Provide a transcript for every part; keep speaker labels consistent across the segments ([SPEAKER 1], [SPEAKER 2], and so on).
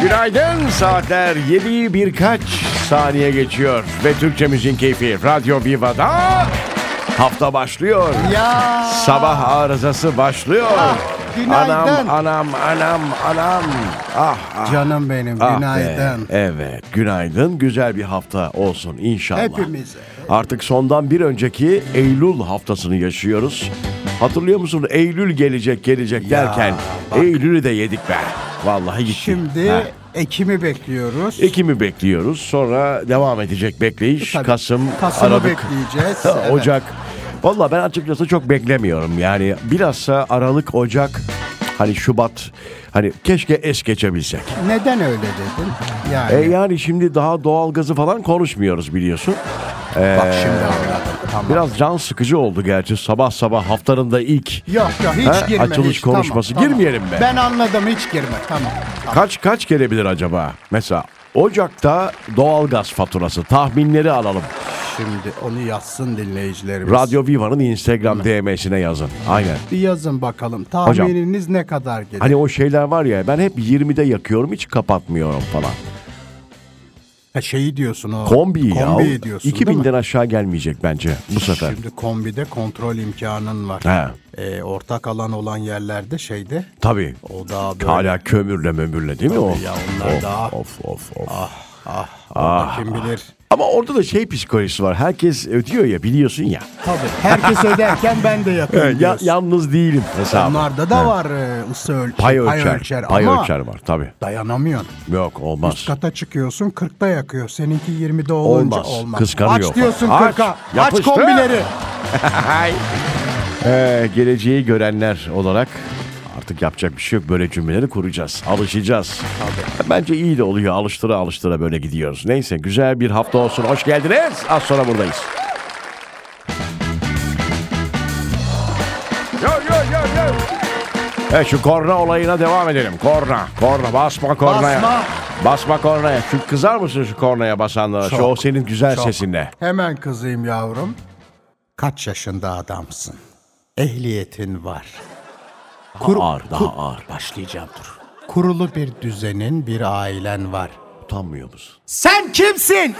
[SPEAKER 1] Günaydın saatler 7'yi birkaç saniye geçiyor ve Türkçemizin keyfi Radyo Viva'da hafta başlıyor.
[SPEAKER 2] Ya.
[SPEAKER 1] Sabah arızası başlıyor.
[SPEAKER 2] Ah, günaydın.
[SPEAKER 1] Anam anam anam anam. Ah ah.
[SPEAKER 2] Canım benim
[SPEAKER 1] ah be.
[SPEAKER 2] günaydın.
[SPEAKER 1] Evet günaydın güzel bir hafta olsun inşallah.
[SPEAKER 2] Hepimize.
[SPEAKER 1] Artık sondan bir önceki Eylül haftasını yaşıyoruz. Hatırlıyor musun Eylül gelecek gelecek derken Eylül'ü de yedik be. Vallahi gitti.
[SPEAKER 2] Şimdi
[SPEAKER 1] Ha.
[SPEAKER 2] Ekim'i bekliyoruz.
[SPEAKER 1] Ekim'i bekliyoruz. Sonra devam edecek bekleyiş.
[SPEAKER 2] Tabii.
[SPEAKER 1] Kasım,
[SPEAKER 2] Kasım'ı
[SPEAKER 1] Aralık,
[SPEAKER 2] bekleyeceğiz.
[SPEAKER 1] ha,
[SPEAKER 2] Evet.
[SPEAKER 1] Ocak. Valla ben açıkçası çok beklemiyorum. Yani bilhassa Aralık, Ocak, hani Şubat. Hani keşke es geçebilsek.
[SPEAKER 2] Neden öyle dedin? Yani
[SPEAKER 1] E yani şimdi daha doğalgazı falan konuşmuyoruz biliyorsun. E,
[SPEAKER 2] bak şimdi anladım. Tamam.
[SPEAKER 1] Biraz can sıkıcı oldu gerçi sabah sabah haftanın da ilk.
[SPEAKER 2] Yok yok hiç
[SPEAKER 1] Ha,
[SPEAKER 2] girme.
[SPEAKER 1] açılış
[SPEAKER 2] hiç.
[SPEAKER 1] konuşması. Girmeyelim be.
[SPEAKER 2] Ben anladım hiç girme. Tamam.
[SPEAKER 1] Kaç kaç gelebilir acaba? Mesela Ocak'ta doğalgaz faturası tahminleri alalım.
[SPEAKER 2] Şimdi onu yazsın dinleyicilerimiz.
[SPEAKER 1] Radyo Viva'nın Instagram DM'sine yazın. Aynen.
[SPEAKER 2] Bir yazın bakalım. Tahmininiz ne kadar gelir?
[SPEAKER 1] Hani o şeyler var ya ben hep 20'de yakıyorum hiç kapatmıyorum falan.
[SPEAKER 2] Ha, şeyi diyorsun o.
[SPEAKER 1] Kombi ya.
[SPEAKER 2] Kombiyi diyorsun değil mi?
[SPEAKER 1] 2000'den aşağı gelmeyecek bence bu sefer.
[SPEAKER 2] Şimdi kombide kontrol imkanın var.
[SPEAKER 1] He.
[SPEAKER 2] Ee, ortak alan olan yerlerde şeyde
[SPEAKER 1] Tabii.
[SPEAKER 2] o da böyle.
[SPEAKER 1] Hala kömürle mömürle değil mi o?
[SPEAKER 2] ya onlar
[SPEAKER 1] of,
[SPEAKER 2] daha-
[SPEAKER 1] Of of of.
[SPEAKER 2] Ah, kim bilir.
[SPEAKER 1] Ama orada da şey psikolojisi var. Herkes ödüyor ya biliyorsun ya.
[SPEAKER 2] Tabii. Herkes öderken ben de yapayım
[SPEAKER 1] Ya,
[SPEAKER 2] diyorsun.
[SPEAKER 1] yalnız değilim hesabı.
[SPEAKER 2] Onlarda da var e, ısı ölçer,
[SPEAKER 1] Pay ölçer. Pay
[SPEAKER 2] ama
[SPEAKER 1] ölçer var tabii.
[SPEAKER 2] dayanamıyorsun.
[SPEAKER 1] Yok olmaz.
[SPEAKER 2] Üst kata çıkıyorsun 40'ta yakıyor. Seninki 20'de olunca
[SPEAKER 1] Olmaz.
[SPEAKER 2] olmaz.
[SPEAKER 1] Kıskanıyor
[SPEAKER 2] Aç diyorsun
[SPEAKER 1] falan. Aç,
[SPEAKER 2] 40'a. Aç,
[SPEAKER 1] yapıştır.
[SPEAKER 2] kombileri.
[SPEAKER 1] Ee, geleceği görenler olarak artık yapacak bir şey yok. Böyle cümleleri kuracağız. Alışacağız. Bence iyi de oluyor. Alıştıra alıştıra böyle gidiyoruz. Neyse güzel bir hafta olsun. Hoş geldiniz. Az sonra buradayız. Yo, yo, yo, yo. Evet şu korna olayına devam edelim. Korna, korna, basma kornaya.
[SPEAKER 2] Basma.
[SPEAKER 1] Basma kornaya. Şu kızar mısın şu kornaya basanlara? Şu
[SPEAKER 2] Çok,
[SPEAKER 1] o senin güzel
[SPEAKER 2] çok.
[SPEAKER 1] sesinle.
[SPEAKER 2] Hemen kızayım yavrum. Kaç yaşında adamsın? Ehliyetin var. Kur-
[SPEAKER 1] ağır, daha ağır.
[SPEAKER 2] Başlayacağım dur. Kurulu bir düzenin, bir ailen var.
[SPEAKER 1] Utanmıyor musun?
[SPEAKER 2] Sen kimsin?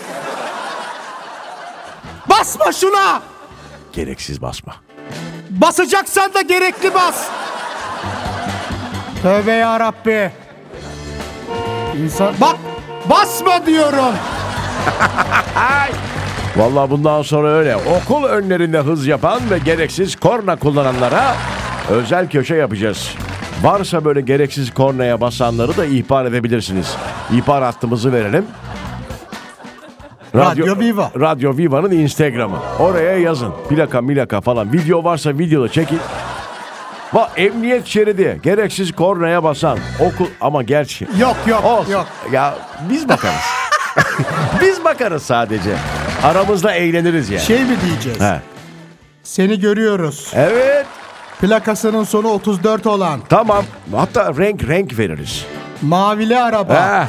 [SPEAKER 2] Basma şuna!
[SPEAKER 1] Gereksiz basma.
[SPEAKER 2] Basacaksan da gerekli bas. Tövbe ya Rabbi. İnsan bak basma diyorum.
[SPEAKER 1] Vallahi bundan sonra öyle. Okul önlerinde hız yapan ve gereksiz korna kullananlara özel köşe yapacağız. Varsa böyle gereksiz kornaya basanları da ihbar edebilirsiniz. İhbar hattımızı verelim.
[SPEAKER 2] Radyo Viva.
[SPEAKER 1] Radyo Viva'nın Instagram'ı. Oraya yazın. Plaka milaka falan. Video varsa videoda çekin. Va emniyet şeridi. Gereksiz kornaya basan. Okul ama gerçi.
[SPEAKER 2] Yok yok
[SPEAKER 1] Olsun.
[SPEAKER 2] yok.
[SPEAKER 1] Ya biz bakarız. biz bakarız sadece. Aramızda eğleniriz yani.
[SPEAKER 2] Şey mi diyeceğiz?
[SPEAKER 1] He.
[SPEAKER 2] Seni görüyoruz.
[SPEAKER 1] Evet.
[SPEAKER 2] Plakasının sonu 34 olan
[SPEAKER 1] Tamam. Hatta renk renk veririz.
[SPEAKER 2] mavili araba.
[SPEAKER 1] Ha.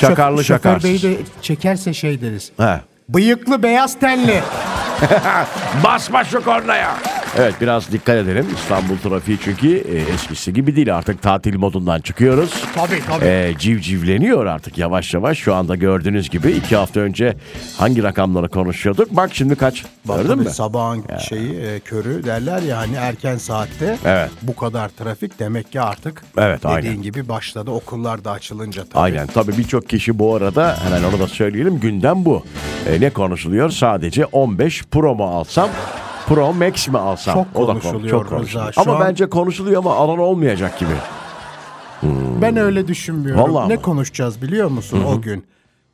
[SPEAKER 1] Şakarlı
[SPEAKER 2] Ah. Şoför- şoför
[SPEAKER 1] şakarsız.
[SPEAKER 2] beyi de çekerse şey deriz.
[SPEAKER 1] He.
[SPEAKER 2] Bıyıklı beyaz tenli.
[SPEAKER 1] Basma şu kornaya. Evet biraz dikkat edelim. İstanbul trafiği çünkü e, eskisi gibi değil. Artık tatil modundan çıkıyoruz.
[SPEAKER 2] Tabii tabii.
[SPEAKER 1] E, civcivleniyor artık yavaş yavaş. Şu anda gördüğünüz gibi iki hafta önce hangi rakamları konuşuyorduk? Bak şimdi kaç. Gördün
[SPEAKER 2] Tabii
[SPEAKER 1] mü?
[SPEAKER 2] Sabahın şeyi e, körü derler ya hani erken saatte
[SPEAKER 1] Evet.
[SPEAKER 2] bu kadar trafik demek ki artık
[SPEAKER 1] Evet,
[SPEAKER 2] dediğin
[SPEAKER 1] aynen.
[SPEAKER 2] gibi başladı okullar da açılınca tabii.
[SPEAKER 1] Aynen tabii birçok kişi bu arada hemen onu da söyleyelim gündem bu. E, ne konuşuluyor? Sadece 15 Pro mu alsam? Pro Max mi alsam?
[SPEAKER 2] Çok
[SPEAKER 1] O da konu-
[SPEAKER 2] konuşuluyor
[SPEAKER 1] çok
[SPEAKER 2] Rıza,
[SPEAKER 1] konuşuluyor.
[SPEAKER 2] şu
[SPEAKER 1] Ama
[SPEAKER 2] an-
[SPEAKER 1] bence konuşuluyor ama alan olmayacak gibi.
[SPEAKER 2] Ben öyle düşünmüyorum.
[SPEAKER 1] Vallahi
[SPEAKER 2] ne
[SPEAKER 1] mi?
[SPEAKER 2] konuşacağız biliyor musun o gün?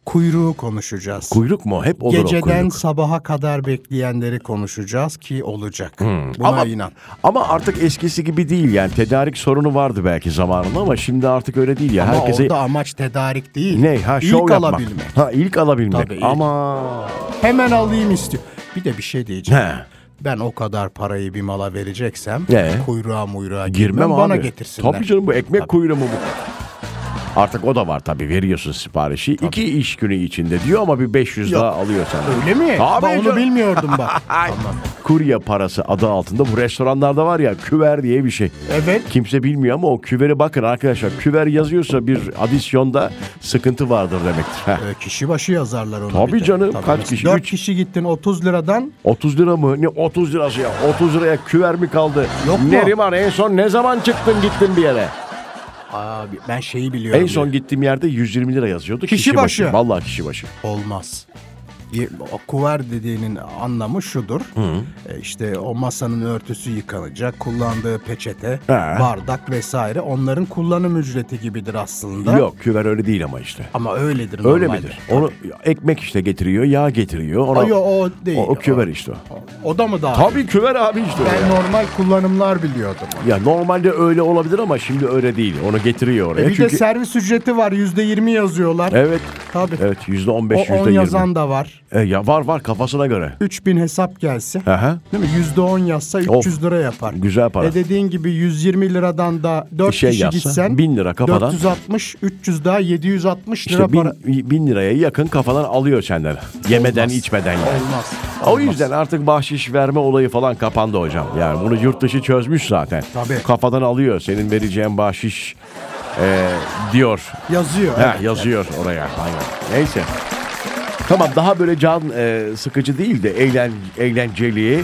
[SPEAKER 2] Kuyruğu konuşacağız.
[SPEAKER 1] Kuyruk mu? Hep olur o
[SPEAKER 2] Geceden
[SPEAKER 1] kuyruk.
[SPEAKER 2] sabaha kadar bekleyenleri konuşacağız ki olacak. Buna
[SPEAKER 1] Ama-
[SPEAKER 2] inan.
[SPEAKER 1] Ama artık eskisi gibi değil yani. Tedarik sorunu vardı belki zamanında ama şimdi artık öyle değil ya.
[SPEAKER 2] Ama
[SPEAKER 1] Herkese
[SPEAKER 2] orada amaç tedarik değil.
[SPEAKER 1] ne ha
[SPEAKER 2] İlk
[SPEAKER 1] şov yapmak.
[SPEAKER 2] alabilmek.
[SPEAKER 1] Ha ilk alabilmek.
[SPEAKER 2] Tabii, ilk.
[SPEAKER 1] Ama
[SPEAKER 2] Hemen alayım istiyor. Bir de bir şey diyeceğim.
[SPEAKER 1] He.
[SPEAKER 2] Ben o kadar parayı bir mala vereceksem
[SPEAKER 1] Ee?
[SPEAKER 2] kuyruğa muyruğa girmem,
[SPEAKER 1] girmem
[SPEAKER 2] bana
[SPEAKER 1] abi.
[SPEAKER 2] getirsinler.
[SPEAKER 1] Tabii canım bu ekmek kuyruğu mu bu? Artık o da var tabii veriyorsun siparişi. iki iş günü içinde diyor ama bir 500 daha alıyor senden.
[SPEAKER 2] Öyle mi?
[SPEAKER 1] Tabii
[SPEAKER 2] ben onu
[SPEAKER 1] canım.
[SPEAKER 2] bilmiyordum bak.
[SPEAKER 1] Kurye parası adı altında bu restoranlarda var ya küver diye bir şey.
[SPEAKER 2] Evet.
[SPEAKER 1] Kimse bilmiyor ama o küvere bakın arkadaşlar. Küver yazıyorsa bir adisyonda sıkıntı vardır demektir. Heh.
[SPEAKER 2] E, kişi başı yazarlar onu.
[SPEAKER 1] Tabii canım, kaç kişi?
[SPEAKER 2] 4
[SPEAKER 1] Üç-
[SPEAKER 2] kişi gittin 30 liradan
[SPEAKER 1] 30 lira mı? Ne 30 lirası ya? 30 liraya küver mi kaldı?
[SPEAKER 2] Yok mu?
[SPEAKER 1] Neriman en son ne zaman çıktın gittin bir yere?
[SPEAKER 2] Abi ben şeyi biliyorum.
[SPEAKER 1] En son gittiğim yerde 120 lira yazıyordu.
[SPEAKER 2] Kişi başı.
[SPEAKER 1] Vallahi kişi başı.
[SPEAKER 2] Olmaz. Ye- o Kuver dediğinin anlamı şudur. E, İşte o masanın örtüsü yıkanacak, kullandığı peçete,
[SPEAKER 1] He.
[SPEAKER 2] bardak vesaire onların kullanım ücreti gibidir aslında.
[SPEAKER 1] Yok küver öyle değil ama işte.
[SPEAKER 2] Ama öyledir
[SPEAKER 1] Öyle
[SPEAKER 2] normalde.
[SPEAKER 1] midir? Onu ekmek işte getiriyor, yağ getiriyor. Ona,
[SPEAKER 2] Ay, o- o değil.
[SPEAKER 1] O, o küver işte o.
[SPEAKER 2] O da mı daha?
[SPEAKER 1] Tabii küver abi işte o.
[SPEAKER 2] Ben
[SPEAKER 1] ya.
[SPEAKER 2] normal kullanımlar biliyordum.
[SPEAKER 1] Ya normalde öyle olabilir ama şimdi öyle değil. Onu getiriyor oraya.
[SPEAKER 2] E bir de
[SPEAKER 1] Çünkü
[SPEAKER 2] servis ücreti var yüzde yirmi yazıyorlar.
[SPEAKER 1] evet.
[SPEAKER 2] Tabii.
[SPEAKER 1] Evet yüzde on beş,
[SPEAKER 2] o on
[SPEAKER 1] yüzde yirmi.
[SPEAKER 2] yazan da var.
[SPEAKER 1] E, ya var var kafasına göre.
[SPEAKER 2] 3000 hesap gelse.
[SPEAKER 1] Aha.
[SPEAKER 2] Değil mi? %10 yazsa 300 lira yapar.
[SPEAKER 1] güzel para.
[SPEAKER 2] E dediğin gibi 120 liradan da 4
[SPEAKER 1] Bir şey
[SPEAKER 2] kişi
[SPEAKER 1] yazsa,
[SPEAKER 2] gitsen
[SPEAKER 1] 1000 lira kafadan.
[SPEAKER 2] 460, 300 daha 760 lira
[SPEAKER 1] İşte bin,
[SPEAKER 2] para.
[SPEAKER 1] bin liraya yakın kafadan alıyor senden. Yemeden içmeden yani.
[SPEAKER 2] Olmaz.
[SPEAKER 1] O yüzden artık bahşiş verme olayı falan kapandı hocam. Yani bunu yurt dışı çözmüş zaten.
[SPEAKER 2] Tabii.
[SPEAKER 1] Kafadan alıyor senin vereceğin bahşiş e, diyor.
[SPEAKER 2] Yazıyor.
[SPEAKER 1] Ha,
[SPEAKER 2] evet.
[SPEAKER 1] yazıyor oraya. Aynen. Neyse. Tamam daha böyle can e, sıkıcı değil de eğlen, eğlenceli,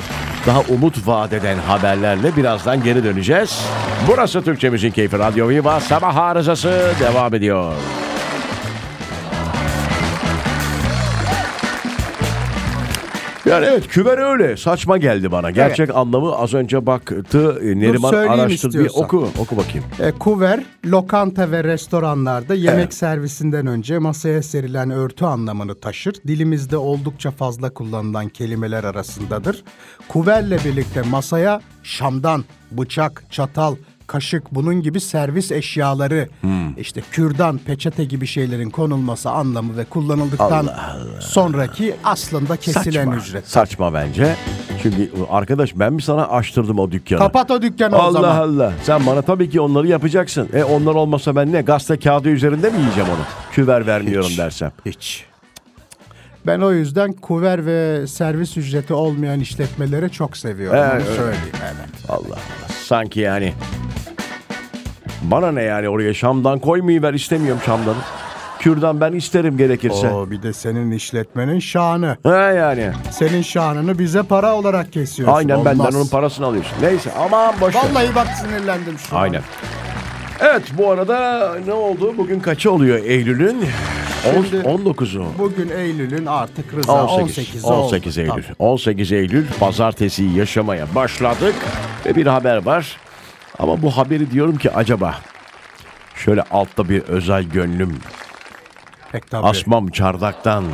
[SPEAKER 1] daha umut vaat eden haberlerle birazdan geri döneceğiz. Burası Türkçemizin Keyfi Radyo Viva Sabah Arızası devam ediyor. Yani evet küver öyle saçma geldi bana. Gerçek anlamı az önce baktı e, Neriman
[SPEAKER 2] söyleyeyim
[SPEAKER 1] araştırdı. Bir
[SPEAKER 2] istiyorsan.
[SPEAKER 1] oku oku bakayım.
[SPEAKER 2] E, kuver, lokanta ve restoranlarda yemek
[SPEAKER 1] Evet.
[SPEAKER 2] servisinden önce masaya serilen örtü anlamını taşır. Dilimizde oldukça fazla kullanılan kelimeler arasındadır. Kuverle birlikte masaya şamdan, bıçak, çatal, kaşık bunun gibi servis eşyaları,
[SPEAKER 1] Hmm.
[SPEAKER 2] işte kürdan, peçete gibi şeylerin konulması anlamı ve kullanıldıktan sonraki aslında kesilen
[SPEAKER 1] Saçma.
[SPEAKER 2] ücret.
[SPEAKER 1] Saçma bence. Çünkü arkadaş ben mi sana açtırdım o dükkanı?
[SPEAKER 2] Kapat o dükkanı
[SPEAKER 1] Allah
[SPEAKER 2] o zaman.
[SPEAKER 1] Allah. Sen bana tabii ki onları yapacaksın. E onlar olmasa ben ne? Gazete kağıdı üzerinde mi yiyeceğim onu? Küver vermiyorum dersem.
[SPEAKER 2] Hiç. Ben o yüzden kuver ve servis ücreti olmayan işletmeleri çok seviyorum.
[SPEAKER 1] Evet,
[SPEAKER 2] onu
[SPEAKER 1] evet.
[SPEAKER 2] söyleyeyim evet.
[SPEAKER 1] Allah Allah. Sanki yani. Bana ne yani oraya şamdan koymayıver istemiyorum şamdanı. Kürdan ben isterim gerekirse.
[SPEAKER 2] Oo, bir de senin işletmenin şanı.
[SPEAKER 1] He yani.
[SPEAKER 2] Senin şanını bize para olarak kesiyorsun.
[SPEAKER 1] Aynen
[SPEAKER 2] Olmaz.
[SPEAKER 1] benden onun parasını alıyorsun. Neyse aman boş ver.
[SPEAKER 2] Vallahi bak sinirlendim şu an.
[SPEAKER 1] Aynen. Evet bu arada ne oldu? Bugün kaçı oluyor Eylül'ün? On-
[SPEAKER 2] Şimdi-
[SPEAKER 1] 19'u.
[SPEAKER 2] Bugün Eylül'ün artık Rıza
[SPEAKER 1] 18,
[SPEAKER 2] 18, 18'i oldu.
[SPEAKER 1] 18 Eylül.
[SPEAKER 2] Tabii.
[SPEAKER 1] 18 Eylül pazartesi yaşamaya başladık ve bir haber var. Ama bu haberi diyorum ki acaba şöyle altta bir özel gönlüm
[SPEAKER 2] Pek tabii.
[SPEAKER 1] asmam çardaktan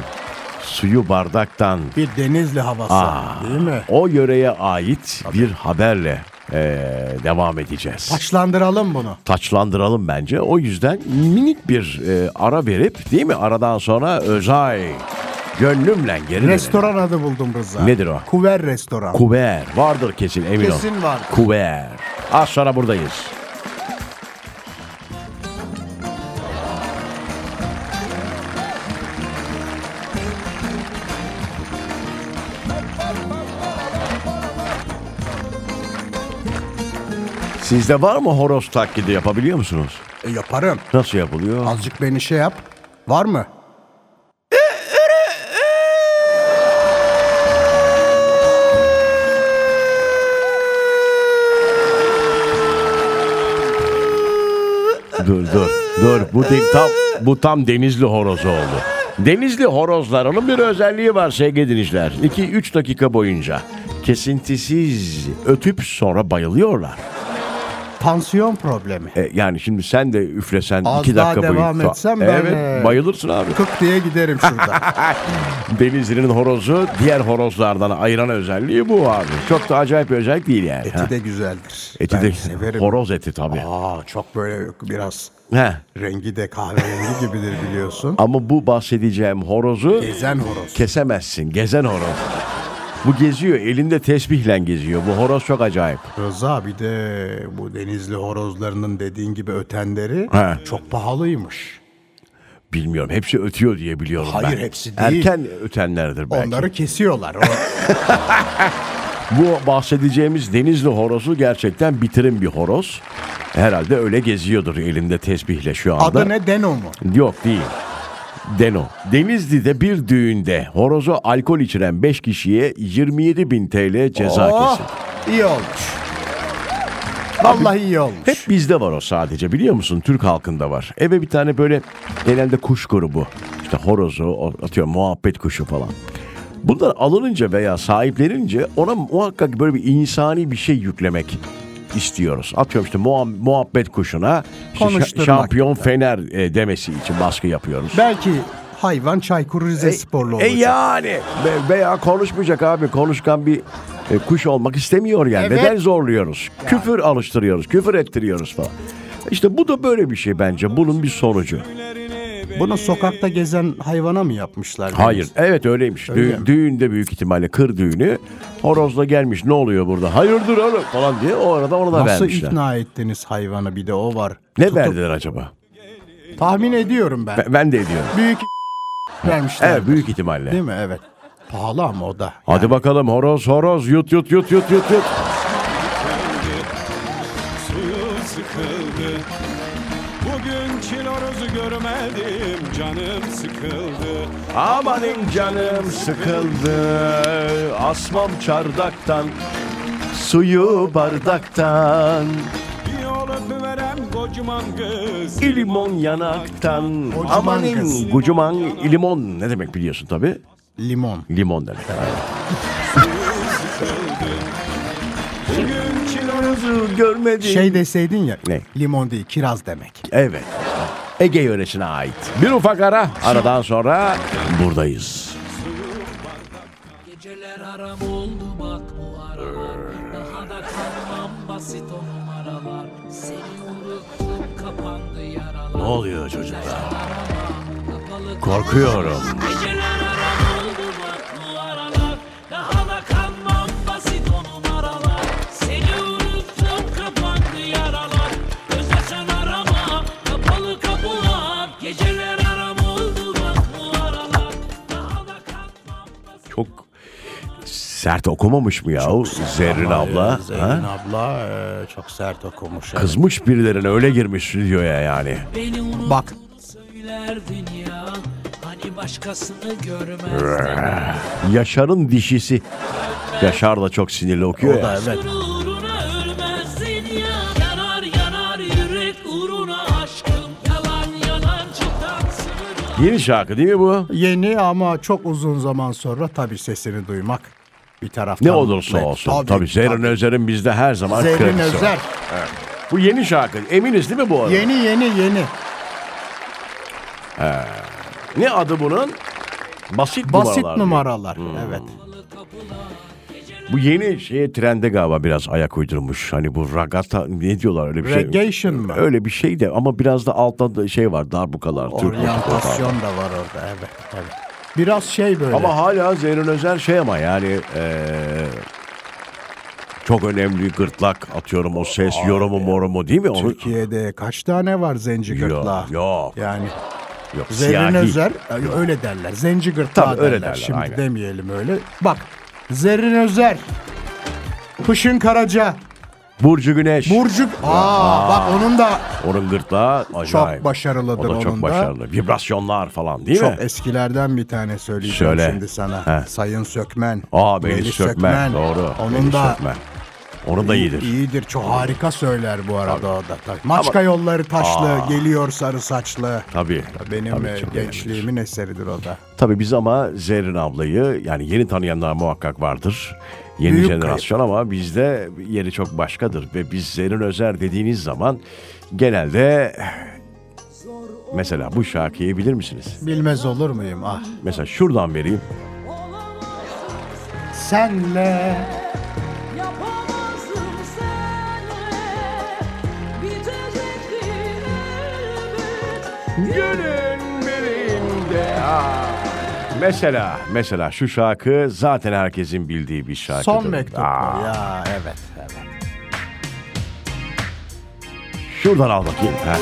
[SPEAKER 1] suyu bardaktan
[SPEAKER 2] bir denizli havası değil mi?
[SPEAKER 1] o yöreye ait bir haberle eee, devam edeceğiz.
[SPEAKER 2] Taşlandıralım bunu.
[SPEAKER 1] Taçlandıralım bence. O yüzden minik bir eee, ara verip değil mi aradan sonra özel gönlümle geri dönelim.
[SPEAKER 2] Restoran adı buldum Rıza.
[SPEAKER 1] Nedir o?
[SPEAKER 2] Kuver restoran.
[SPEAKER 1] Kuver. Vardır kesin emin ol.
[SPEAKER 2] Kesin vardır.
[SPEAKER 1] Kuver. Az sonra buradayız. Sizde var mı horoz taklidi yapabiliyor musunuz?
[SPEAKER 2] E, yaparım.
[SPEAKER 1] Nasıl yapılıyor?
[SPEAKER 2] Azıcık beni şey yap. Var mı?
[SPEAKER 1] Dur dur dur bu de- tam bu tam denizli horozu oldu. Denizli horozlarının bir özelliği var sevgili dinleyiciler. 2-3 dakika boyunca kesintisiz ötüp sonra bayılıyorlar.
[SPEAKER 2] Tansiyon problemi.
[SPEAKER 1] E, yani şimdi sen de üflesen
[SPEAKER 2] Az
[SPEAKER 1] 2
[SPEAKER 2] daha
[SPEAKER 1] dakika
[SPEAKER 2] devam
[SPEAKER 1] boyunca.
[SPEAKER 2] etsem ben,
[SPEAKER 1] evet
[SPEAKER 2] e,
[SPEAKER 1] bayılırsın abi.
[SPEAKER 2] Kık diye giderim şurada.
[SPEAKER 1] Denizli'nin horozu diğer horozlardan ayıran özelliği bu abi. Çok da acayip bir özellik değil yani. Ha.
[SPEAKER 2] Eti de güzeldir.
[SPEAKER 1] Eti
[SPEAKER 2] ben
[SPEAKER 1] de
[SPEAKER 2] severim.
[SPEAKER 1] horoz eti tabii.
[SPEAKER 2] Aa, çok böyle biraz
[SPEAKER 1] He.
[SPEAKER 2] rengi de kahverengi gibidir biliyorsun.
[SPEAKER 1] Ama bu bahsedeceğim horozu
[SPEAKER 2] Gezen horoz.
[SPEAKER 1] kesemezsin. Gezen horoz. Bu geziyor elinde tesbihle geziyor. Bu horoz çok acayip.
[SPEAKER 2] Rıza bir de bu denizli horozlarının dediğin gibi ötenleri
[SPEAKER 1] He.
[SPEAKER 2] çok pahalıymış.
[SPEAKER 1] Bilmiyorum hepsi ötüyor diye biliyorum ben.
[SPEAKER 2] Hayır, hepsi değil.
[SPEAKER 1] Erken ötenlerdir belki.
[SPEAKER 2] Onları kesiyorlar. O-
[SPEAKER 1] Bu bahsedeceğimiz Denizli horozu gerçekten bitirim bir horoz. Herhalde öyle geziyordur elinde tesbihle şu anda.
[SPEAKER 2] Adı ne Deno mu?
[SPEAKER 1] Yok değil. Deno. Denizli'de bir düğünde horozu alkol içiren 5 kişiye 27 bin TL ceza
[SPEAKER 2] Oh,
[SPEAKER 1] kesildi.
[SPEAKER 2] iyi olmuş. Vallahi iyi olmuş.
[SPEAKER 1] Hep bizde var o sadece biliyor musun? Türk halkında var. Eve bir tane böyle genelde kuş grubu. İşte horozu o- atıyor muhabbet kuşu falan. Bunlar alınınca veya sahiplenince ona muhakkak böyle bir insani bir şey yüklemek istiyoruz. Atıyorum işte muha- muhabbet kuşuna işte şa-
[SPEAKER 2] Konuşturmak.
[SPEAKER 1] şampiyon fener e, demesi için baskı yapıyoruz.
[SPEAKER 2] Belki hayvan Çaykur Rize sporlu
[SPEAKER 1] E
[SPEAKER 2] olacak.
[SPEAKER 1] yani Ve- veya konuşmayacak abi konuşkan bir e, kuş olmak istemiyor yani.
[SPEAKER 2] Evet.
[SPEAKER 1] Neden zorluyoruz? Küfür alıştırıyoruz, küfür ettiriyoruz falan. İşte bu da böyle bir şey bence. Bunun bir sonucu.
[SPEAKER 2] Bunu sokakta gezen hayvana mı yapmışlar?
[SPEAKER 1] Hayır. Evet öyleymiş. Düğün-
[SPEAKER 2] mi?
[SPEAKER 1] düğünde büyük ihtimalle kır düğünü. Horozla gelmiş. Ne oluyor burada? Hayırdır oğlum falan diye o arada ona da
[SPEAKER 2] Nasıl
[SPEAKER 1] vermişler.
[SPEAKER 2] ikna ettiniz hayvanı bir de o var.
[SPEAKER 1] Ne
[SPEAKER 2] Tutup-
[SPEAKER 1] verdiler acaba?
[SPEAKER 2] Tahmin ediyorum ben.
[SPEAKER 1] Ben, ben de ediyorum.
[SPEAKER 2] Büyük vermişler.
[SPEAKER 1] Evet büyük ihtimalle.
[SPEAKER 2] Değil mi? Evet. Pahalı ama o da.
[SPEAKER 1] Hadi bakalım horoz horoz yut yut yut yut yut yut.
[SPEAKER 3] suyu sıkıldı Bugün kilorozu görmedim canım sıkıldı
[SPEAKER 1] Amanın canım sıkıldı Asmam çardaktan Suyu bardaktan
[SPEAKER 3] Bir yol öpüverem kocaman kız
[SPEAKER 1] Limon yanaktan
[SPEAKER 2] Kocaman
[SPEAKER 1] Amanın
[SPEAKER 2] kız.
[SPEAKER 1] kocaman limon Ne demek biliyorsun tabi
[SPEAKER 2] Limon.
[SPEAKER 1] Limon demek
[SPEAKER 3] Bugün kilorozu
[SPEAKER 1] Kızı görmedin
[SPEAKER 2] Şey deseydin ya.
[SPEAKER 1] Ne?
[SPEAKER 2] Limon değil kiraz demek.
[SPEAKER 1] Evet Ege yöresine ait Bir ufak ara Aradan sonra buradayız
[SPEAKER 4] Geceler aram oldu bak bu aralar Daha da kalmam basit o numaralar Seni unuttum kapandı yaralar
[SPEAKER 1] Ne oluyor çocuklar
[SPEAKER 4] Kapalı
[SPEAKER 1] Korkuyorum
[SPEAKER 4] Geceler aram oldu bak bu aralar Daha da kalmam basit o numaralar Seni unuttum kapandı yaralar Özlesen arama kapalı kapılar Geceler aram oldu bak bu aralar Daha da kalmam basit
[SPEAKER 1] Çok sert okumamış mı ya Zerrin abla
[SPEAKER 2] Zerrin
[SPEAKER 1] ha?
[SPEAKER 2] abla e, çok sert okumuş. evet.
[SPEAKER 1] Kızmış birilerine öyle girmiş stüdyoya yani.
[SPEAKER 4] Beni unuttuğunu
[SPEAKER 2] Bak.
[SPEAKER 4] söylerdin ya Hani başkasını görmezdin
[SPEAKER 1] Yaşar'ın dişisi. Yaşar da çok sinirli okuyor
[SPEAKER 2] O
[SPEAKER 1] ya.
[SPEAKER 2] da evet.
[SPEAKER 4] Gururuna ölmezdin ya Yanar yanar yürek uğruna aşkım Yalan yalan çıktan sınırlar
[SPEAKER 1] Yeni şarkı değil mi bu?
[SPEAKER 2] Yeni ama çok uzun zaman sonra tabii sesini duymak bir taraftan.
[SPEAKER 1] Ne olursa
[SPEAKER 2] mutlu et.
[SPEAKER 1] olsun. Tabii, Zerrin Özer'in bizde her zaman
[SPEAKER 2] Zerrin
[SPEAKER 1] kırkısı.
[SPEAKER 2] Özer.
[SPEAKER 1] Bu yeni şarkı. Eminiz değil mi bu arada?
[SPEAKER 2] Yeni yeni yeni.
[SPEAKER 1] Ne adı bunun? Basit,
[SPEAKER 2] Basit
[SPEAKER 1] numaralar. Hmm.
[SPEAKER 2] numaralar. Evet.
[SPEAKER 1] Bu yeni şeye trende galiba biraz ayak uydurmuş. Hani bu ragata ne diyorlar öyle bir şey.
[SPEAKER 2] Reggaeton mu?
[SPEAKER 1] Öyle bir şey de ama biraz da altta da şey var darbukalar. Türk müzikleri falan.
[SPEAKER 2] Oryantasyon da var orada. Evet. evet. Biraz şey böyle.
[SPEAKER 1] Ama hala Zerrin Özer şey ama yani eee, çok önemli gırtlak atıyorum o ses yorumu morumu değil mi? Onu,
[SPEAKER 2] Türkiye'de kaç tane var zenci
[SPEAKER 1] Yok,
[SPEAKER 2] gırtlağı?
[SPEAKER 1] yok.
[SPEAKER 2] Yani
[SPEAKER 1] Yok,
[SPEAKER 2] Zerrin
[SPEAKER 1] siyahi.
[SPEAKER 2] Özer e, öyle derler. Zenci gırtlağı
[SPEAKER 1] Tabii,
[SPEAKER 2] derler.
[SPEAKER 1] öyle derler,
[SPEAKER 2] Şimdi
[SPEAKER 1] aynen.
[SPEAKER 2] demeyelim öyle. Bak Zerrin Özer. Kışın Karaca.
[SPEAKER 1] Burcu Güneş.
[SPEAKER 2] Burcu. Aa, bak onun da
[SPEAKER 1] Onun gırtlağı acayip.
[SPEAKER 2] başarılıdır
[SPEAKER 1] O da çok
[SPEAKER 2] onun da.
[SPEAKER 1] başarılı. Vibrasyonlar falan değil
[SPEAKER 2] çok
[SPEAKER 1] mi?
[SPEAKER 2] eskilerden bir tane söyleyeceğim
[SPEAKER 1] Söyle.
[SPEAKER 2] şimdi sana.
[SPEAKER 1] He.
[SPEAKER 2] Sayın Sökmen.
[SPEAKER 1] Aa Melis, Sökmen. Doğru.
[SPEAKER 2] Onun
[SPEAKER 1] Melis
[SPEAKER 2] da
[SPEAKER 1] Sökmen. Onu da iyidir.
[SPEAKER 2] İyidir. Çok harika söyler bu arada o da. Tabii. Maçka yolları taşlı, geliyor sarı saçlı.
[SPEAKER 1] Tabii.
[SPEAKER 2] Benim
[SPEAKER 1] Tabii,
[SPEAKER 2] e,
[SPEAKER 1] çok önemlidir.
[SPEAKER 2] gençliğimin eseridir o da.
[SPEAKER 1] Tabii biz ama Zerrin ablayı yani yeni tanıyanlar muhakkak vardır. Yeni
[SPEAKER 2] Büyük
[SPEAKER 1] jenerasyon ama bizde yeri çok başkadır. Ve biz Zerrin Özer dediğiniz zaman genelde mesela bu şarkıyı bilir misiniz?
[SPEAKER 2] Bilmez olur muyum? Ah.
[SPEAKER 1] Mesela şuradan vereyim.
[SPEAKER 2] Senle
[SPEAKER 5] Yapamazdım seni Bitecekti elbet
[SPEAKER 1] Gönül birinde Mesela, mesela şu şarkı zaten herkesin bildiği bir şarkıdır.
[SPEAKER 2] Son mektup.
[SPEAKER 1] Aa,
[SPEAKER 2] Ya evet. evet.
[SPEAKER 1] Şuradan al bakayım. Ha.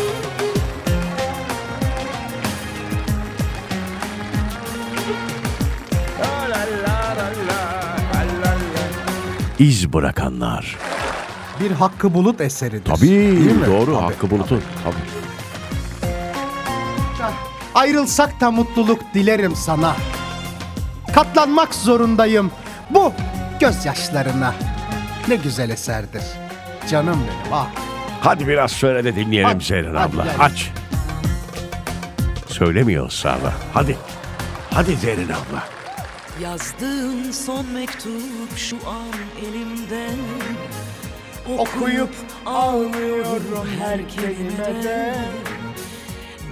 [SPEAKER 1] İz bırakanlar.
[SPEAKER 2] Bir Hakkı Bulut eseridir.
[SPEAKER 1] Tabii
[SPEAKER 2] Değil mi?
[SPEAKER 1] doğru
[SPEAKER 2] Tabii.
[SPEAKER 1] Hakkı Bulut'un. Tabii.
[SPEAKER 2] Ayrılsak da mutluluk dilerim sana. Katlanmak zorundayım bu gözyaşlarına. Ne güzel eserdir. Canım benim ah.
[SPEAKER 1] Hadi biraz söyle de dinleyelim
[SPEAKER 2] Hadi,
[SPEAKER 1] Zeyran
[SPEAKER 2] hadi
[SPEAKER 1] abla.
[SPEAKER 2] gel.
[SPEAKER 1] Aç. Söylemiyor ısrarla. Hadi. Hadi Zeyran abla.
[SPEAKER 6] Yazdığın son mektup şu an elimde
[SPEAKER 2] Okuyup
[SPEAKER 6] almıyorum her kelimeden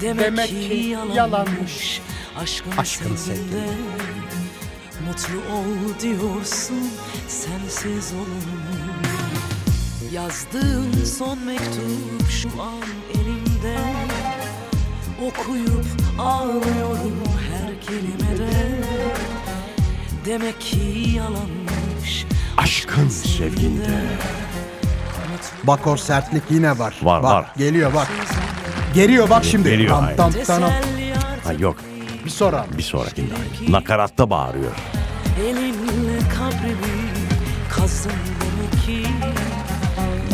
[SPEAKER 6] Demek,
[SPEAKER 2] Demek
[SPEAKER 6] ki,
[SPEAKER 2] ki
[SPEAKER 6] yalanmış,
[SPEAKER 2] yalanmış
[SPEAKER 6] aşkın,
[SPEAKER 2] aşkın
[SPEAKER 6] sevginde Mutlu ol diyorsun sensiz olun Yazdığın son mektup şu an elimde Okuyup ağlıyorum her kelimeden Demek ki yalanmış
[SPEAKER 1] Aşkın sevginde.
[SPEAKER 2] Bakor sertlik yine var.
[SPEAKER 1] Var,
[SPEAKER 2] bak,
[SPEAKER 1] var.
[SPEAKER 2] Geliyor bak. Geliyor bak şimdi.
[SPEAKER 1] Geliyor,
[SPEAKER 2] Tam,
[SPEAKER 1] aynen.
[SPEAKER 2] tam, tam.
[SPEAKER 6] Teselli artık
[SPEAKER 1] Ha yok
[SPEAKER 2] Bir sonra.
[SPEAKER 1] bir sonrakinde. Nakaratta bağırıyor.
[SPEAKER 6] elinle kabrimi kazdın demek ki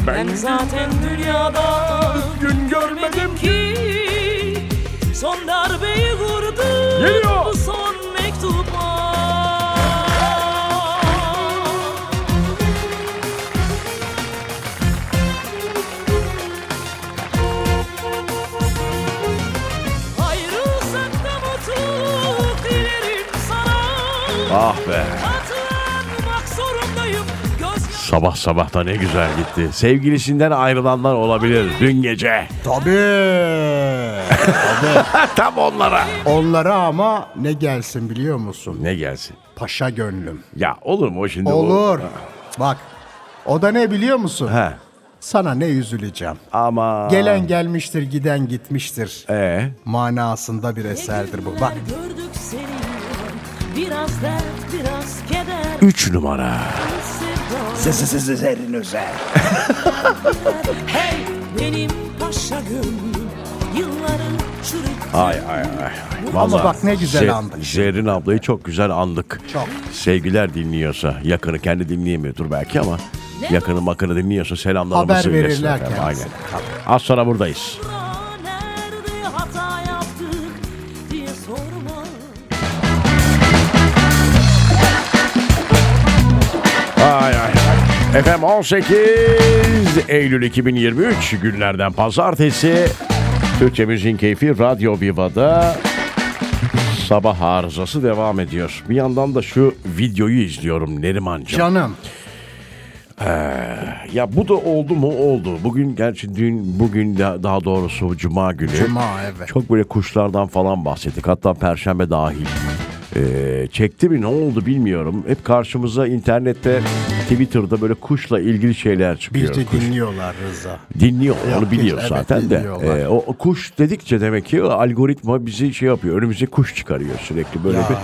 [SPEAKER 6] Ben zaten dünyada gün görmedim ki Son darbeyi vurdum
[SPEAKER 1] Geliyor.
[SPEAKER 6] bu son mektuba Ayrılsak da mutluluk dilerim sana
[SPEAKER 1] Ah be.
[SPEAKER 6] Katlanmak zorundayım göz
[SPEAKER 1] Sabah sabah da ne güzel gitti. Sevgilisinden ayrılanlar olabilir dün gece.
[SPEAKER 2] Tabii.
[SPEAKER 1] Tam onlara.
[SPEAKER 2] Onlara ama ne gelsin biliyor musun?
[SPEAKER 1] Ne gelsin?
[SPEAKER 2] Paşa gönlüm.
[SPEAKER 1] Ya olur mu o şimdi? bu-
[SPEAKER 2] Olur. Bak. O da ne biliyor musun?
[SPEAKER 1] Ha.
[SPEAKER 2] Sana ne üzüleceğim.
[SPEAKER 1] Ama.
[SPEAKER 2] Gelen gelmiştir, giden gitmiştir.
[SPEAKER 1] Ee,
[SPEAKER 2] Manasında bir eserdir bu. Bak.
[SPEAKER 6] Gördük seni Biraz dert biraz keder
[SPEAKER 1] üç numara.
[SPEAKER 6] Sesi sesi özel Hey benim paşa gönlüm Yılların çürük
[SPEAKER 1] Ay ay ay. ay.
[SPEAKER 2] Ama
[SPEAKER 1] Vallahi
[SPEAKER 2] bak ne güzel
[SPEAKER 1] Ze-
[SPEAKER 2] andık.
[SPEAKER 1] Zerrin ablayı çok güzel andık.
[SPEAKER 2] Çok.
[SPEAKER 1] Sevgiler dinliyorsa, yakını kendi dinleyemiyordur belki ama yakını makını dinliyorsa selamlarımı
[SPEAKER 2] Haber
[SPEAKER 1] söylesin.
[SPEAKER 2] verirler
[SPEAKER 1] efendim.
[SPEAKER 2] kendisine.
[SPEAKER 1] Aynen. Az sonra buradayız.
[SPEAKER 6] Aa, Nerede hata yaptık diye sorma
[SPEAKER 1] Ay ay ay. Efendim 18 Eylül 2023 günlerden pazartesi Türkçe Müziğin Keyfi Radyo Viva'da sabah arızası devam ediyor. Bir yandan da şu videoyu izliyorum Neriman'cığım.
[SPEAKER 2] Canım.
[SPEAKER 1] Ya bu da oldu mu oldu. Bugün gerçi dün bugün de- daha doğrusu cuma günü.
[SPEAKER 2] Cuma, evet.
[SPEAKER 1] Çok böyle kuşlardan falan bahsettik. Hatta perşembe dahil. Ee, çekti mi ne oldu bilmiyorum. Hep karşımıza internette Twitter'da böyle kuşla ilgili şeyler çıkıyor.
[SPEAKER 2] Bir de
[SPEAKER 1] Kuş-
[SPEAKER 2] dinliyorlar Rıza.
[SPEAKER 1] Dinliyor
[SPEAKER 2] Yok,
[SPEAKER 1] onu biliyor
[SPEAKER 2] evet,
[SPEAKER 1] zaten de.
[SPEAKER 2] dinliyorlar.
[SPEAKER 1] Ee, o, o kuş dedikçe demek ki o algoritma bizi şey yapıyor. Önümüze kuş çıkarıyor sürekli böyle
[SPEAKER 2] Ya.
[SPEAKER 1] bir.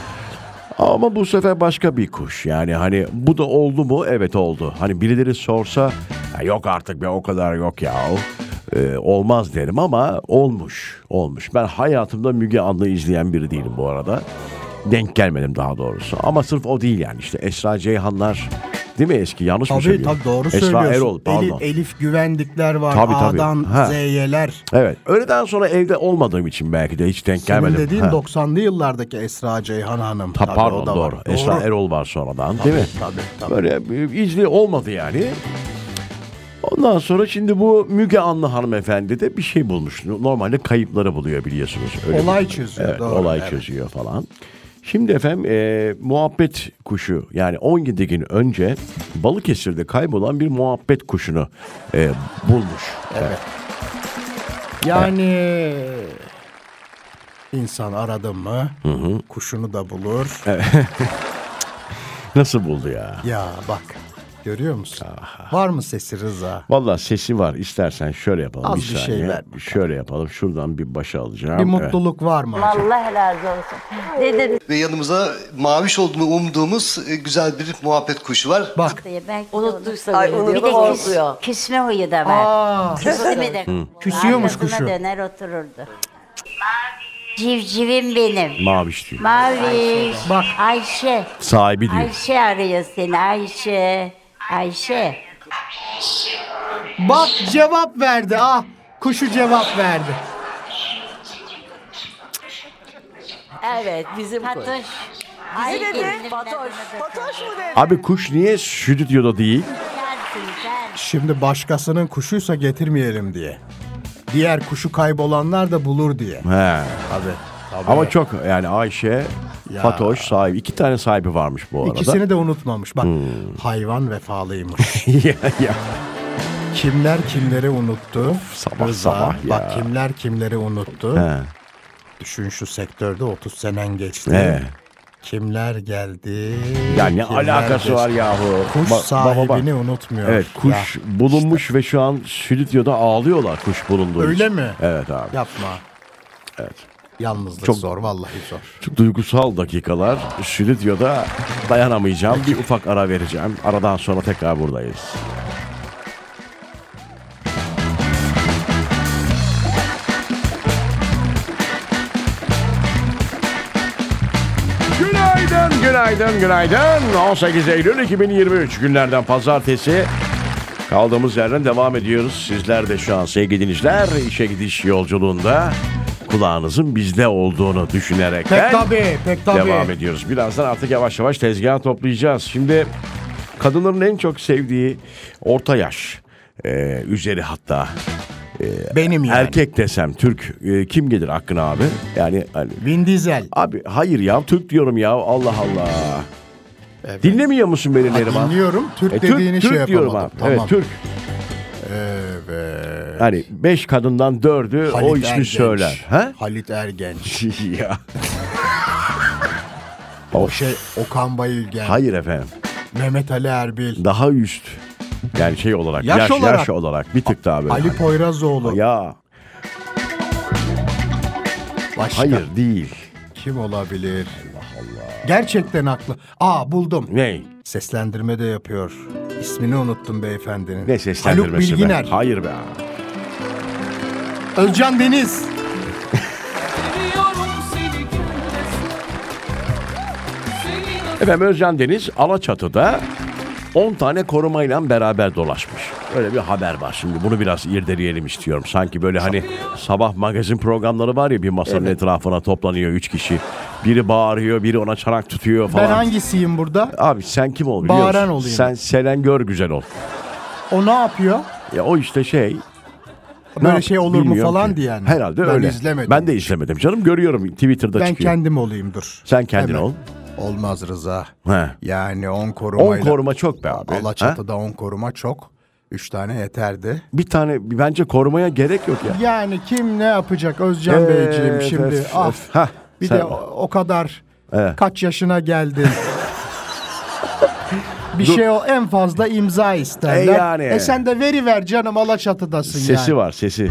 [SPEAKER 1] Ama bu sefer başka bir kuş. Yani hani bu da oldu mu? Evet oldu. Hani birileri sorsa "Ya yok artık be o kadar yok ya. Ee, olmaz derim ama olmuş. Olmuş. Ben hayatımda Müge Anlı izleyen biri değilim bu arada. Denk gelmedim daha doğrusu. Ama sırf o değil yani işte Esra Ceyhanlar değil mi eski yanlış mı
[SPEAKER 2] Tabii
[SPEAKER 1] söylüyorum?
[SPEAKER 2] tabii doğru
[SPEAKER 1] Esra
[SPEAKER 2] söylüyorsun.
[SPEAKER 1] Erol pardon.
[SPEAKER 2] Elif, Elif güvendikler var.
[SPEAKER 1] Tabii, tabii.
[SPEAKER 2] A'dan
[SPEAKER 1] Ha.
[SPEAKER 2] Z'yeler.
[SPEAKER 1] Evet. Öğleden sonra evde olmadığım için belki de hiç denk
[SPEAKER 2] Senin
[SPEAKER 1] gelmedim.
[SPEAKER 2] dediğin
[SPEAKER 1] Ha.
[SPEAKER 2] 90'lı yıllardaki Esra Ceyhan Hanım.
[SPEAKER 1] Ta,
[SPEAKER 2] Tabii o
[SPEAKER 1] pardon
[SPEAKER 2] da var.
[SPEAKER 1] doğru. Esra Erol var sonradan değil mi?
[SPEAKER 2] Tabii tabii.
[SPEAKER 1] Böyle bir izli olmadı yani. Ondan sonra şimdi bu Müge Anlı hanımefendi de bir şey bulmuş. Normalde kayıpları buluyor biliyorsunuz. Öyle
[SPEAKER 2] Olay
[SPEAKER 1] bir- şey.
[SPEAKER 2] çözüyor,
[SPEAKER 1] Evet,
[SPEAKER 2] doğru,
[SPEAKER 1] olay
[SPEAKER 2] evet.
[SPEAKER 1] çözüyor falan. Şimdi efendim e, muhabbet kuşu yani 17 gün önce Balıkesir'de kaybolan bir muhabbet kuşunu e, bulmuş. Evet.
[SPEAKER 2] Yani insan aradı mı kuşunu da bulur.
[SPEAKER 1] Nasıl buldu ya?
[SPEAKER 2] Ya bak Görüyor musun? Var mı sesi Rıza?
[SPEAKER 1] Valla sesi var. İstersen şöyle yapalım.
[SPEAKER 2] Az
[SPEAKER 1] bir
[SPEAKER 2] bir şey
[SPEAKER 1] saniye.
[SPEAKER 2] ver bakalım.
[SPEAKER 1] şöyle yapalım. Şuradan bir başa alacağım.
[SPEAKER 2] Bir
[SPEAKER 1] Evet.
[SPEAKER 2] mutluluk var mı acaba?
[SPEAKER 7] Allah razı olsun. Dedim
[SPEAKER 8] ve yanımıza maviş olduğunu umduğumuz e, güzel bir muhabbet kuşu var.
[SPEAKER 2] Bak
[SPEAKER 7] belki
[SPEAKER 6] Unuttuysa
[SPEAKER 9] Ay,
[SPEAKER 6] beni
[SPEAKER 7] Bir
[SPEAKER 6] diyor,
[SPEAKER 7] de küs,
[SPEAKER 6] korkuyor.
[SPEAKER 7] küsme huyu da var. Küstü mü de?
[SPEAKER 2] küsüyormuş
[SPEAKER 7] Arkasına
[SPEAKER 2] kuşu.
[SPEAKER 7] döner otururdu. Civcivim benim.
[SPEAKER 1] Maviş diyor.
[SPEAKER 7] Mavi.
[SPEAKER 2] Bak.
[SPEAKER 7] Ayşe.
[SPEAKER 1] Sahibi diyor.
[SPEAKER 7] Ayşe arıyor seni Ayşe. Ayşe.
[SPEAKER 2] Bak cevap verdi ah. Kuşu cevap verdi.
[SPEAKER 6] Evet bizim kuş.
[SPEAKER 7] Fatoş. Ay,
[SPEAKER 9] dedi?
[SPEAKER 7] gelinimden
[SPEAKER 6] Fatoş.
[SPEAKER 7] bana da-
[SPEAKER 9] Fatoş mu dedi?
[SPEAKER 1] Abi kuş niye stüdyoda değil?
[SPEAKER 7] Sensin sen.
[SPEAKER 2] Şimdi başkasının kuşuysa getirmeyelim diye. Diğer kuşu kaybolanlar da bulur diye.
[SPEAKER 1] He.
[SPEAKER 2] Abi.
[SPEAKER 1] Ama çok yani Ayşe, Fatoş sahibi. iki tane sahibi varmış bu arada. Hmm.
[SPEAKER 2] İkisini de unutmamış. Bak hayvan vefalıymış.
[SPEAKER 1] ya, ya.
[SPEAKER 2] kimler kimleri unuttu?
[SPEAKER 1] sabah sabah ya.
[SPEAKER 2] Bak kimler kimleri unuttu.
[SPEAKER 1] He.
[SPEAKER 2] Düşün şu sektörde 30 senen geçti.
[SPEAKER 1] He.
[SPEAKER 2] Kimler geldi?
[SPEAKER 1] Ya ne
[SPEAKER 2] kimler
[SPEAKER 1] alakası
[SPEAKER 2] geçti?
[SPEAKER 1] var yahu?
[SPEAKER 2] Kuş
[SPEAKER 1] Ba-
[SPEAKER 2] sahibini
[SPEAKER 1] baba bak.
[SPEAKER 2] unutmuyor.
[SPEAKER 1] Evet kuş
[SPEAKER 2] Ya,
[SPEAKER 1] bulunmuş ve şu an stüdyoda ağlıyorlar kuş bulunduğu için.
[SPEAKER 2] Öyle mi?
[SPEAKER 1] Evet abi.
[SPEAKER 2] Yapma.
[SPEAKER 1] Evet.
[SPEAKER 2] Yalnızlık
[SPEAKER 1] Çok-
[SPEAKER 2] zor vallahi zor.
[SPEAKER 1] Çok duygusal dakikalar. Stüdyoda dayanamayacağım. Bir ufak ara vereceğim. Aradan sonra tekrar buradayız. Günaydın, günaydın, günaydın. 18 Eylül 2023 günlerden pazartesi. Kaldığımız yerden devam ediyoruz. Sizler de şu an sevgili dinleyiciler işe gidiş yolculuğunda kulağınızın bizde olduğunu düşünerekten...
[SPEAKER 2] Pek tabii, pek tabii.
[SPEAKER 1] Devam ediyoruz. Birazdan artık yavaş yavaş tezgaha toplayacağız. Şimdi kadınların en çok sevdiği orta yaş e, üzeri hatta
[SPEAKER 2] Benim yani.
[SPEAKER 1] erkek desem Türk e, kim gelir hakkına abi? Yani hani-
[SPEAKER 2] Vin Diesel.
[SPEAKER 1] abi hayır ya Türk diyorum ya Allah Allah. Dinlemiyor musun beni Neriman?
[SPEAKER 2] Dinliyorum. Türk
[SPEAKER 1] E, Türk,
[SPEAKER 2] dediğini
[SPEAKER 1] Türk
[SPEAKER 2] şey yapamadım.
[SPEAKER 1] diyorum abi.
[SPEAKER 2] Tamam.
[SPEAKER 1] Evet Türk.
[SPEAKER 2] Evet.
[SPEAKER 1] Hani beş kadından dördü
[SPEAKER 2] Halit
[SPEAKER 1] o ismi
[SPEAKER 2] Ergenç.
[SPEAKER 1] söyler. Ha?
[SPEAKER 2] Halit Ergenç.
[SPEAKER 1] ya.
[SPEAKER 2] O şey Okan Bayülgen.
[SPEAKER 1] Hayır efendim.
[SPEAKER 2] Mehmet Ali Erbil.
[SPEAKER 1] Daha üst. Yani şey olarak.
[SPEAKER 2] Yaş
[SPEAKER 1] Yaş, yaş olarak.
[SPEAKER 2] olarak.
[SPEAKER 1] Bir tık daha böyle.
[SPEAKER 2] Ali Poyrazoğlu.
[SPEAKER 1] Ya
[SPEAKER 2] Başka
[SPEAKER 1] hayır değil.
[SPEAKER 2] kim olabilir? Allah Allah. Gerçekten haklı. Aa buldum.
[SPEAKER 1] Ne?
[SPEAKER 2] Seslendirme de yapıyor. İsmini unuttum beyefendinin.
[SPEAKER 1] Ne seslendirmesi
[SPEAKER 2] Haluk Bilginer.
[SPEAKER 1] be? Hayır be.
[SPEAKER 2] Özcan Deniz.
[SPEAKER 4] Seviyorum seni gündüz Seni nasıl
[SPEAKER 1] Efendim Özcan Deniz Alaçatı'da 10 tane korumayla beraber dolaşmış. Öyle bir haber var. Şimdi bunu biraz irdeleyelim istiyorum. Sanki böyle hani sabah magazin programları var ya bir masanın etrafına toplanıyor 3 kişi. Biri bağırıyor, biri ona çanak tutuyor falan.
[SPEAKER 2] Ben hangisiyim burada?
[SPEAKER 1] Abi sen kim ol biliyor
[SPEAKER 2] Bağıran
[SPEAKER 1] musun?
[SPEAKER 2] olayım.
[SPEAKER 1] Sen Selen Gör güzel ol.
[SPEAKER 2] O ne yapıyor?
[SPEAKER 1] Ya o işte şey ne
[SPEAKER 2] Böyle
[SPEAKER 1] yap-
[SPEAKER 2] şey olur mu
[SPEAKER 1] bilmiyorum
[SPEAKER 2] falan
[SPEAKER 1] ki.
[SPEAKER 2] diye. Yani.
[SPEAKER 1] Herhalde
[SPEAKER 2] ben
[SPEAKER 1] öyle.
[SPEAKER 2] izlemedim.
[SPEAKER 1] Ben de izlemedim canım. Görüyorum Twitter'da
[SPEAKER 2] Ben
[SPEAKER 1] çıkıyor.
[SPEAKER 2] kendim olayım dur.
[SPEAKER 1] Sen kendin
[SPEAKER 2] Hemen.
[SPEAKER 1] ol.
[SPEAKER 2] Olmaz Rıza.
[SPEAKER 1] He.
[SPEAKER 2] Yani 10
[SPEAKER 1] 10
[SPEAKER 2] korumayla.
[SPEAKER 1] koruma çok be abi. Ha?
[SPEAKER 2] Alaçatı'da 10 koruma çok. 3 tane yeterdi.
[SPEAKER 1] Bir tane bence korumaya gerek yok ya.
[SPEAKER 2] Yani kim ne yapacak Özcan
[SPEAKER 1] Evet,
[SPEAKER 2] Beyciğim şimdi
[SPEAKER 1] öf, öf.
[SPEAKER 2] af.
[SPEAKER 1] Hah,
[SPEAKER 2] bir
[SPEAKER 1] sen-
[SPEAKER 2] de o, o kadar
[SPEAKER 1] Evet.
[SPEAKER 2] kaç yaşına geldin. bir şey o en fazla imza isterler.
[SPEAKER 1] E yani.
[SPEAKER 2] E sen de veri ver canım Alaçatı'dasın
[SPEAKER 1] Sesi
[SPEAKER 2] yani.
[SPEAKER 1] var sesi. Heh.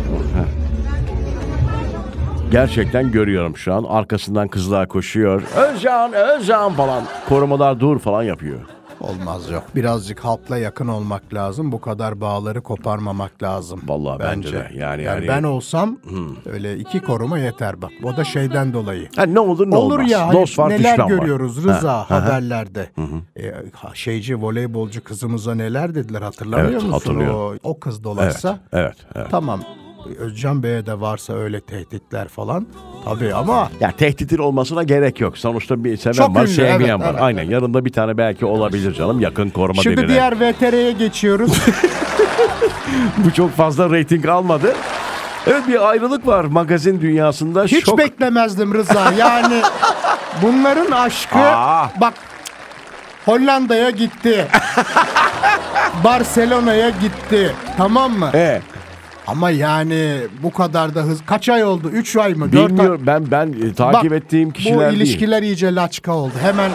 [SPEAKER 1] Gerçekten görüyorum şu an. Arkasından kızlar koşuyor. Özcan, Özcan falan. Korumalar dur falan yapıyor.
[SPEAKER 2] Olmaz yok. Birazcık halkla yakın olmak lazım. Bu kadar bağları koparmamak lazım.
[SPEAKER 1] Vallahi bence de. Yani- hani yani-
[SPEAKER 2] ben olsam öyle iki koruma yeter bak. O da şeyden dolayı.
[SPEAKER 1] Ha, ne olur ne
[SPEAKER 2] Olur
[SPEAKER 1] olmaz.
[SPEAKER 2] ya hani
[SPEAKER 1] Dost var
[SPEAKER 2] neler
[SPEAKER 1] düşman
[SPEAKER 2] görüyoruz
[SPEAKER 1] var.
[SPEAKER 2] Rıza
[SPEAKER 1] Ha, ha, ha.
[SPEAKER 2] haberlerde. E, ha- şeyci voleybolcu kızımıza neler dediler hatırlamıyor
[SPEAKER 1] Evet,
[SPEAKER 2] musun?
[SPEAKER 1] hatırlıyorum.
[SPEAKER 2] O, o kız
[SPEAKER 1] Evet,
[SPEAKER 2] dolaşsa
[SPEAKER 1] evet, evet.
[SPEAKER 2] tamam Özcan Bey'e de varsa öyle tehditler falan. Tabii ama
[SPEAKER 1] Ya tehditin olmasına gerek yok. Sonuçta bir seven
[SPEAKER 2] Çok
[SPEAKER 1] var,
[SPEAKER 2] ünlü,
[SPEAKER 1] sevmeyen
[SPEAKER 2] evet,
[SPEAKER 1] var.
[SPEAKER 2] evet,
[SPEAKER 1] Aynen. Yanında bir tane belki olabilir canım. Yakın koruma
[SPEAKER 2] şimdi
[SPEAKER 1] denilen.
[SPEAKER 2] diğer VTR'ye geçiyoruz.
[SPEAKER 1] Bu çok fazla reyting almadı. Evet bir ayrılık var magazin dünyasında.
[SPEAKER 2] Hiç
[SPEAKER 1] Şok-
[SPEAKER 2] beklemezdim Rıza. Yani bunların aşkı
[SPEAKER 1] Aa.
[SPEAKER 2] bak Hollanda'ya
[SPEAKER 1] E,
[SPEAKER 2] gitti. Barcelona'ya gitti. Tamam mı?
[SPEAKER 1] He.
[SPEAKER 2] Ama yani bu kadar da hız. Kaç ay oldu? 3 ay mı? 4 ay
[SPEAKER 1] Bilmiyorum ben ben e, takip
[SPEAKER 2] Bak,
[SPEAKER 1] ettiğim kişiler
[SPEAKER 2] Bu
[SPEAKER 1] değil.
[SPEAKER 2] ilişkiler iyice laçka oldu. Hemen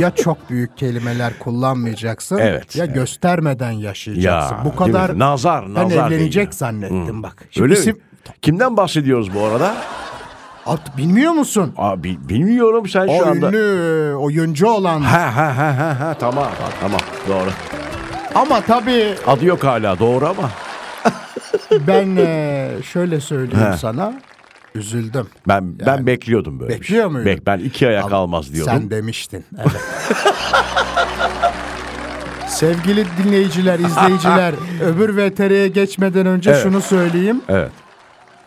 [SPEAKER 2] ya çok büyük kelimeler kullanmayacaksın
[SPEAKER 1] Evet,
[SPEAKER 2] ya
[SPEAKER 1] evet.
[SPEAKER 2] göstermeden yaşayacaksın.
[SPEAKER 1] Ya,
[SPEAKER 2] bu
[SPEAKER 1] değil mi?
[SPEAKER 2] kadar
[SPEAKER 1] Nazar,
[SPEAKER 2] ben
[SPEAKER 1] nazar değil
[SPEAKER 2] evlenecek
[SPEAKER 1] ya.
[SPEAKER 2] zannettim bak. Şimdi
[SPEAKER 1] Öyle mi?
[SPEAKER 2] isim-
[SPEAKER 1] Kimden bahsediyoruz bu arada?
[SPEAKER 2] At, bilmiyor musun?
[SPEAKER 1] Aa, bi- bilmiyorum sen
[SPEAKER 2] O
[SPEAKER 1] şu anda.
[SPEAKER 2] ünlü e, oyuncu olan
[SPEAKER 1] Ha ha ha ha ha tamam tamam doğru.
[SPEAKER 2] ama tabii
[SPEAKER 1] Adı yok hala doğru ama
[SPEAKER 2] ben e, şöyle söyleyeyim
[SPEAKER 1] He.
[SPEAKER 2] sana üzüldüm.
[SPEAKER 1] ben ben bekliyordum böyle. bir şey.
[SPEAKER 2] Bekliyor muydun?
[SPEAKER 1] Bek ben iki ayak almaz diyordum.
[SPEAKER 2] Sen demiştin. Evet. Sevgili dinleyiciler, izleyiciler, öbür VTR'ye geçmeden önce
[SPEAKER 1] Evet.
[SPEAKER 2] şunu söyleyeyim.
[SPEAKER 1] Evet.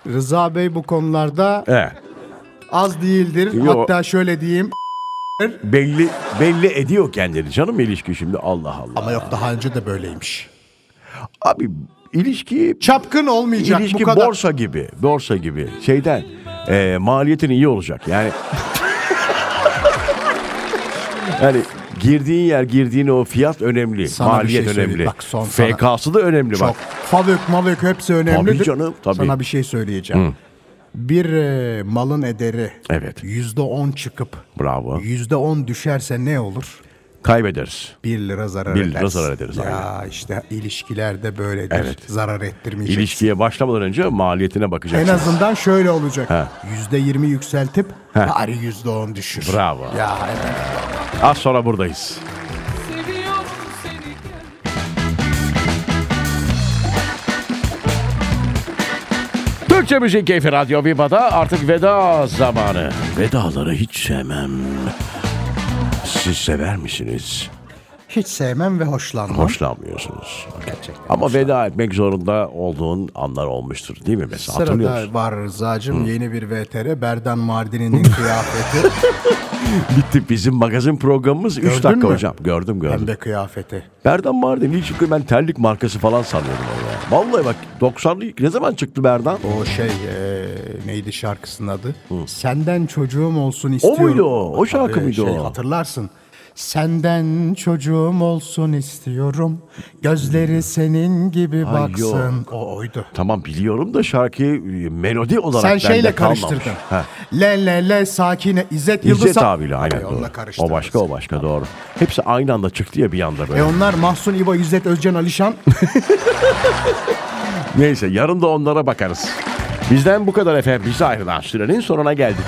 [SPEAKER 2] Rıza Bey bu konularda
[SPEAKER 1] Evet.
[SPEAKER 2] az değildir.
[SPEAKER 1] Yo.
[SPEAKER 2] Hatta şöyle diyeyim.
[SPEAKER 1] Belli belli ediyor kendini canım ilişki şimdi Allah Allah.
[SPEAKER 2] Ama yok daha önce de böyleymiş.
[SPEAKER 1] Abi ilişki
[SPEAKER 2] Çapkın olmayacak
[SPEAKER 1] ilişki
[SPEAKER 2] bu kadar.
[SPEAKER 1] borsa gibi. Borsa gibi. Şeyden e, maliyetin iyi olacak. Yani Yani girdiğin yer, girdiğin o fiyat önemli.
[SPEAKER 2] Sana bir
[SPEAKER 1] Maliyet
[SPEAKER 2] şey söyleyeyim.
[SPEAKER 1] önemli.
[SPEAKER 2] Bak son sana-
[SPEAKER 1] FK'sı da önemli
[SPEAKER 2] Çok.
[SPEAKER 1] bak.
[SPEAKER 2] Favök mavök hepsi önemlidir.
[SPEAKER 1] Tabii canım, tabii.
[SPEAKER 2] Sana bir şey söyleyeceğim. Bir e, malın ederi
[SPEAKER 1] Evet.
[SPEAKER 2] yüzde on çıkıp
[SPEAKER 1] Bravo.
[SPEAKER 2] yüzde on düşerse ne olur?
[SPEAKER 1] Kaybederiz.
[SPEAKER 2] 1 lira zarar
[SPEAKER 1] Bir
[SPEAKER 2] ederiz.
[SPEAKER 1] lira zarar ederiz,
[SPEAKER 2] Ya işte ilişkilerde böyledir.
[SPEAKER 1] Evet.
[SPEAKER 2] Zarar ettirmeyeceksin.
[SPEAKER 1] İlişkiye başlamadan önce maliyetine
[SPEAKER 2] En
[SPEAKER 1] bakacaksın.
[SPEAKER 2] azından şöyle olacak.
[SPEAKER 1] Ha.
[SPEAKER 2] %20 yükseltip
[SPEAKER 1] Ha.
[SPEAKER 2] bari %10 düşür.
[SPEAKER 1] Bravo.
[SPEAKER 2] Ya evet.
[SPEAKER 1] Az sonra buradayız.
[SPEAKER 4] Seviyorum seni gel
[SPEAKER 1] Türkçe Müzik Keyfi Radyo Viva'da artık veda zamanı. Vedaları hiç sevmem. Siz sever misiniz?
[SPEAKER 2] Hiç sevmem ve hoşlanmam.
[SPEAKER 1] Hoşlanmıyorsunuz.
[SPEAKER 2] Gerçekten.
[SPEAKER 1] Ama veda etmek zorunda olduğun anlar olmuştur değil mi mesela? Hatırlıyorsun.
[SPEAKER 2] Sırada var Rızacığım yeni bir VTR. Berdan Mardini'nin kıyafeti.
[SPEAKER 1] Bitti bizim magazin programımız 3
[SPEAKER 2] Gördün
[SPEAKER 1] dakika
[SPEAKER 2] mü?
[SPEAKER 1] hocam. Gördüm gördüm.
[SPEAKER 2] Pembe kıyafeti.
[SPEAKER 1] Berdan Mardin ilk çıktı ben terlik markası falan sanıyordum onu ya. Vallahi bak 90'lı ilk ne zaman çıktı Berdan?
[SPEAKER 2] O şey e, neydi şarkısının adı? Senden çocuğum olsun
[SPEAKER 1] O
[SPEAKER 2] istiyorum.
[SPEAKER 1] muydu o? O şarkı
[SPEAKER 2] Tabii,
[SPEAKER 1] mıydı
[SPEAKER 2] şey,
[SPEAKER 1] o?
[SPEAKER 2] Hatırlarsın. Senden çocuğum olsun istiyorum. Gözleri senin gibi
[SPEAKER 1] Ay, yok.
[SPEAKER 2] baksın. O oydu.
[SPEAKER 1] Tamam biliyorum da şarkıyı e, melodi olarak
[SPEAKER 2] Sen
[SPEAKER 1] bende
[SPEAKER 2] şeyle
[SPEAKER 1] kalmamış.
[SPEAKER 2] karıştırdın.
[SPEAKER 1] Heh.
[SPEAKER 2] Le le le sakine İzzet Yıldız.
[SPEAKER 1] İzzet abiyle aynen
[SPEAKER 2] Ay,
[SPEAKER 1] doğru.
[SPEAKER 2] onunla karıştırdın.
[SPEAKER 1] O başka o başka doğru. Hepsi aynı anda çıktı ya bir anda böyle.
[SPEAKER 2] E onlar Mahsun İbo, İzzet Özcan, Alişan.
[SPEAKER 1] Neyse yarın da onlara bakarız. Bizden bu kadar efendim. Bize ayrılan sürenin sonuna geldik.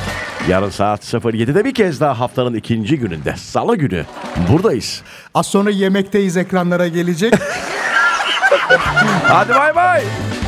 [SPEAKER 1] Yarın saat 07'de bir kez daha haftanın ikinci gününde. Salı günü buradayız.
[SPEAKER 2] Az sonra yemekteyiz ekranlara gelecek.
[SPEAKER 1] Hadi bay bay.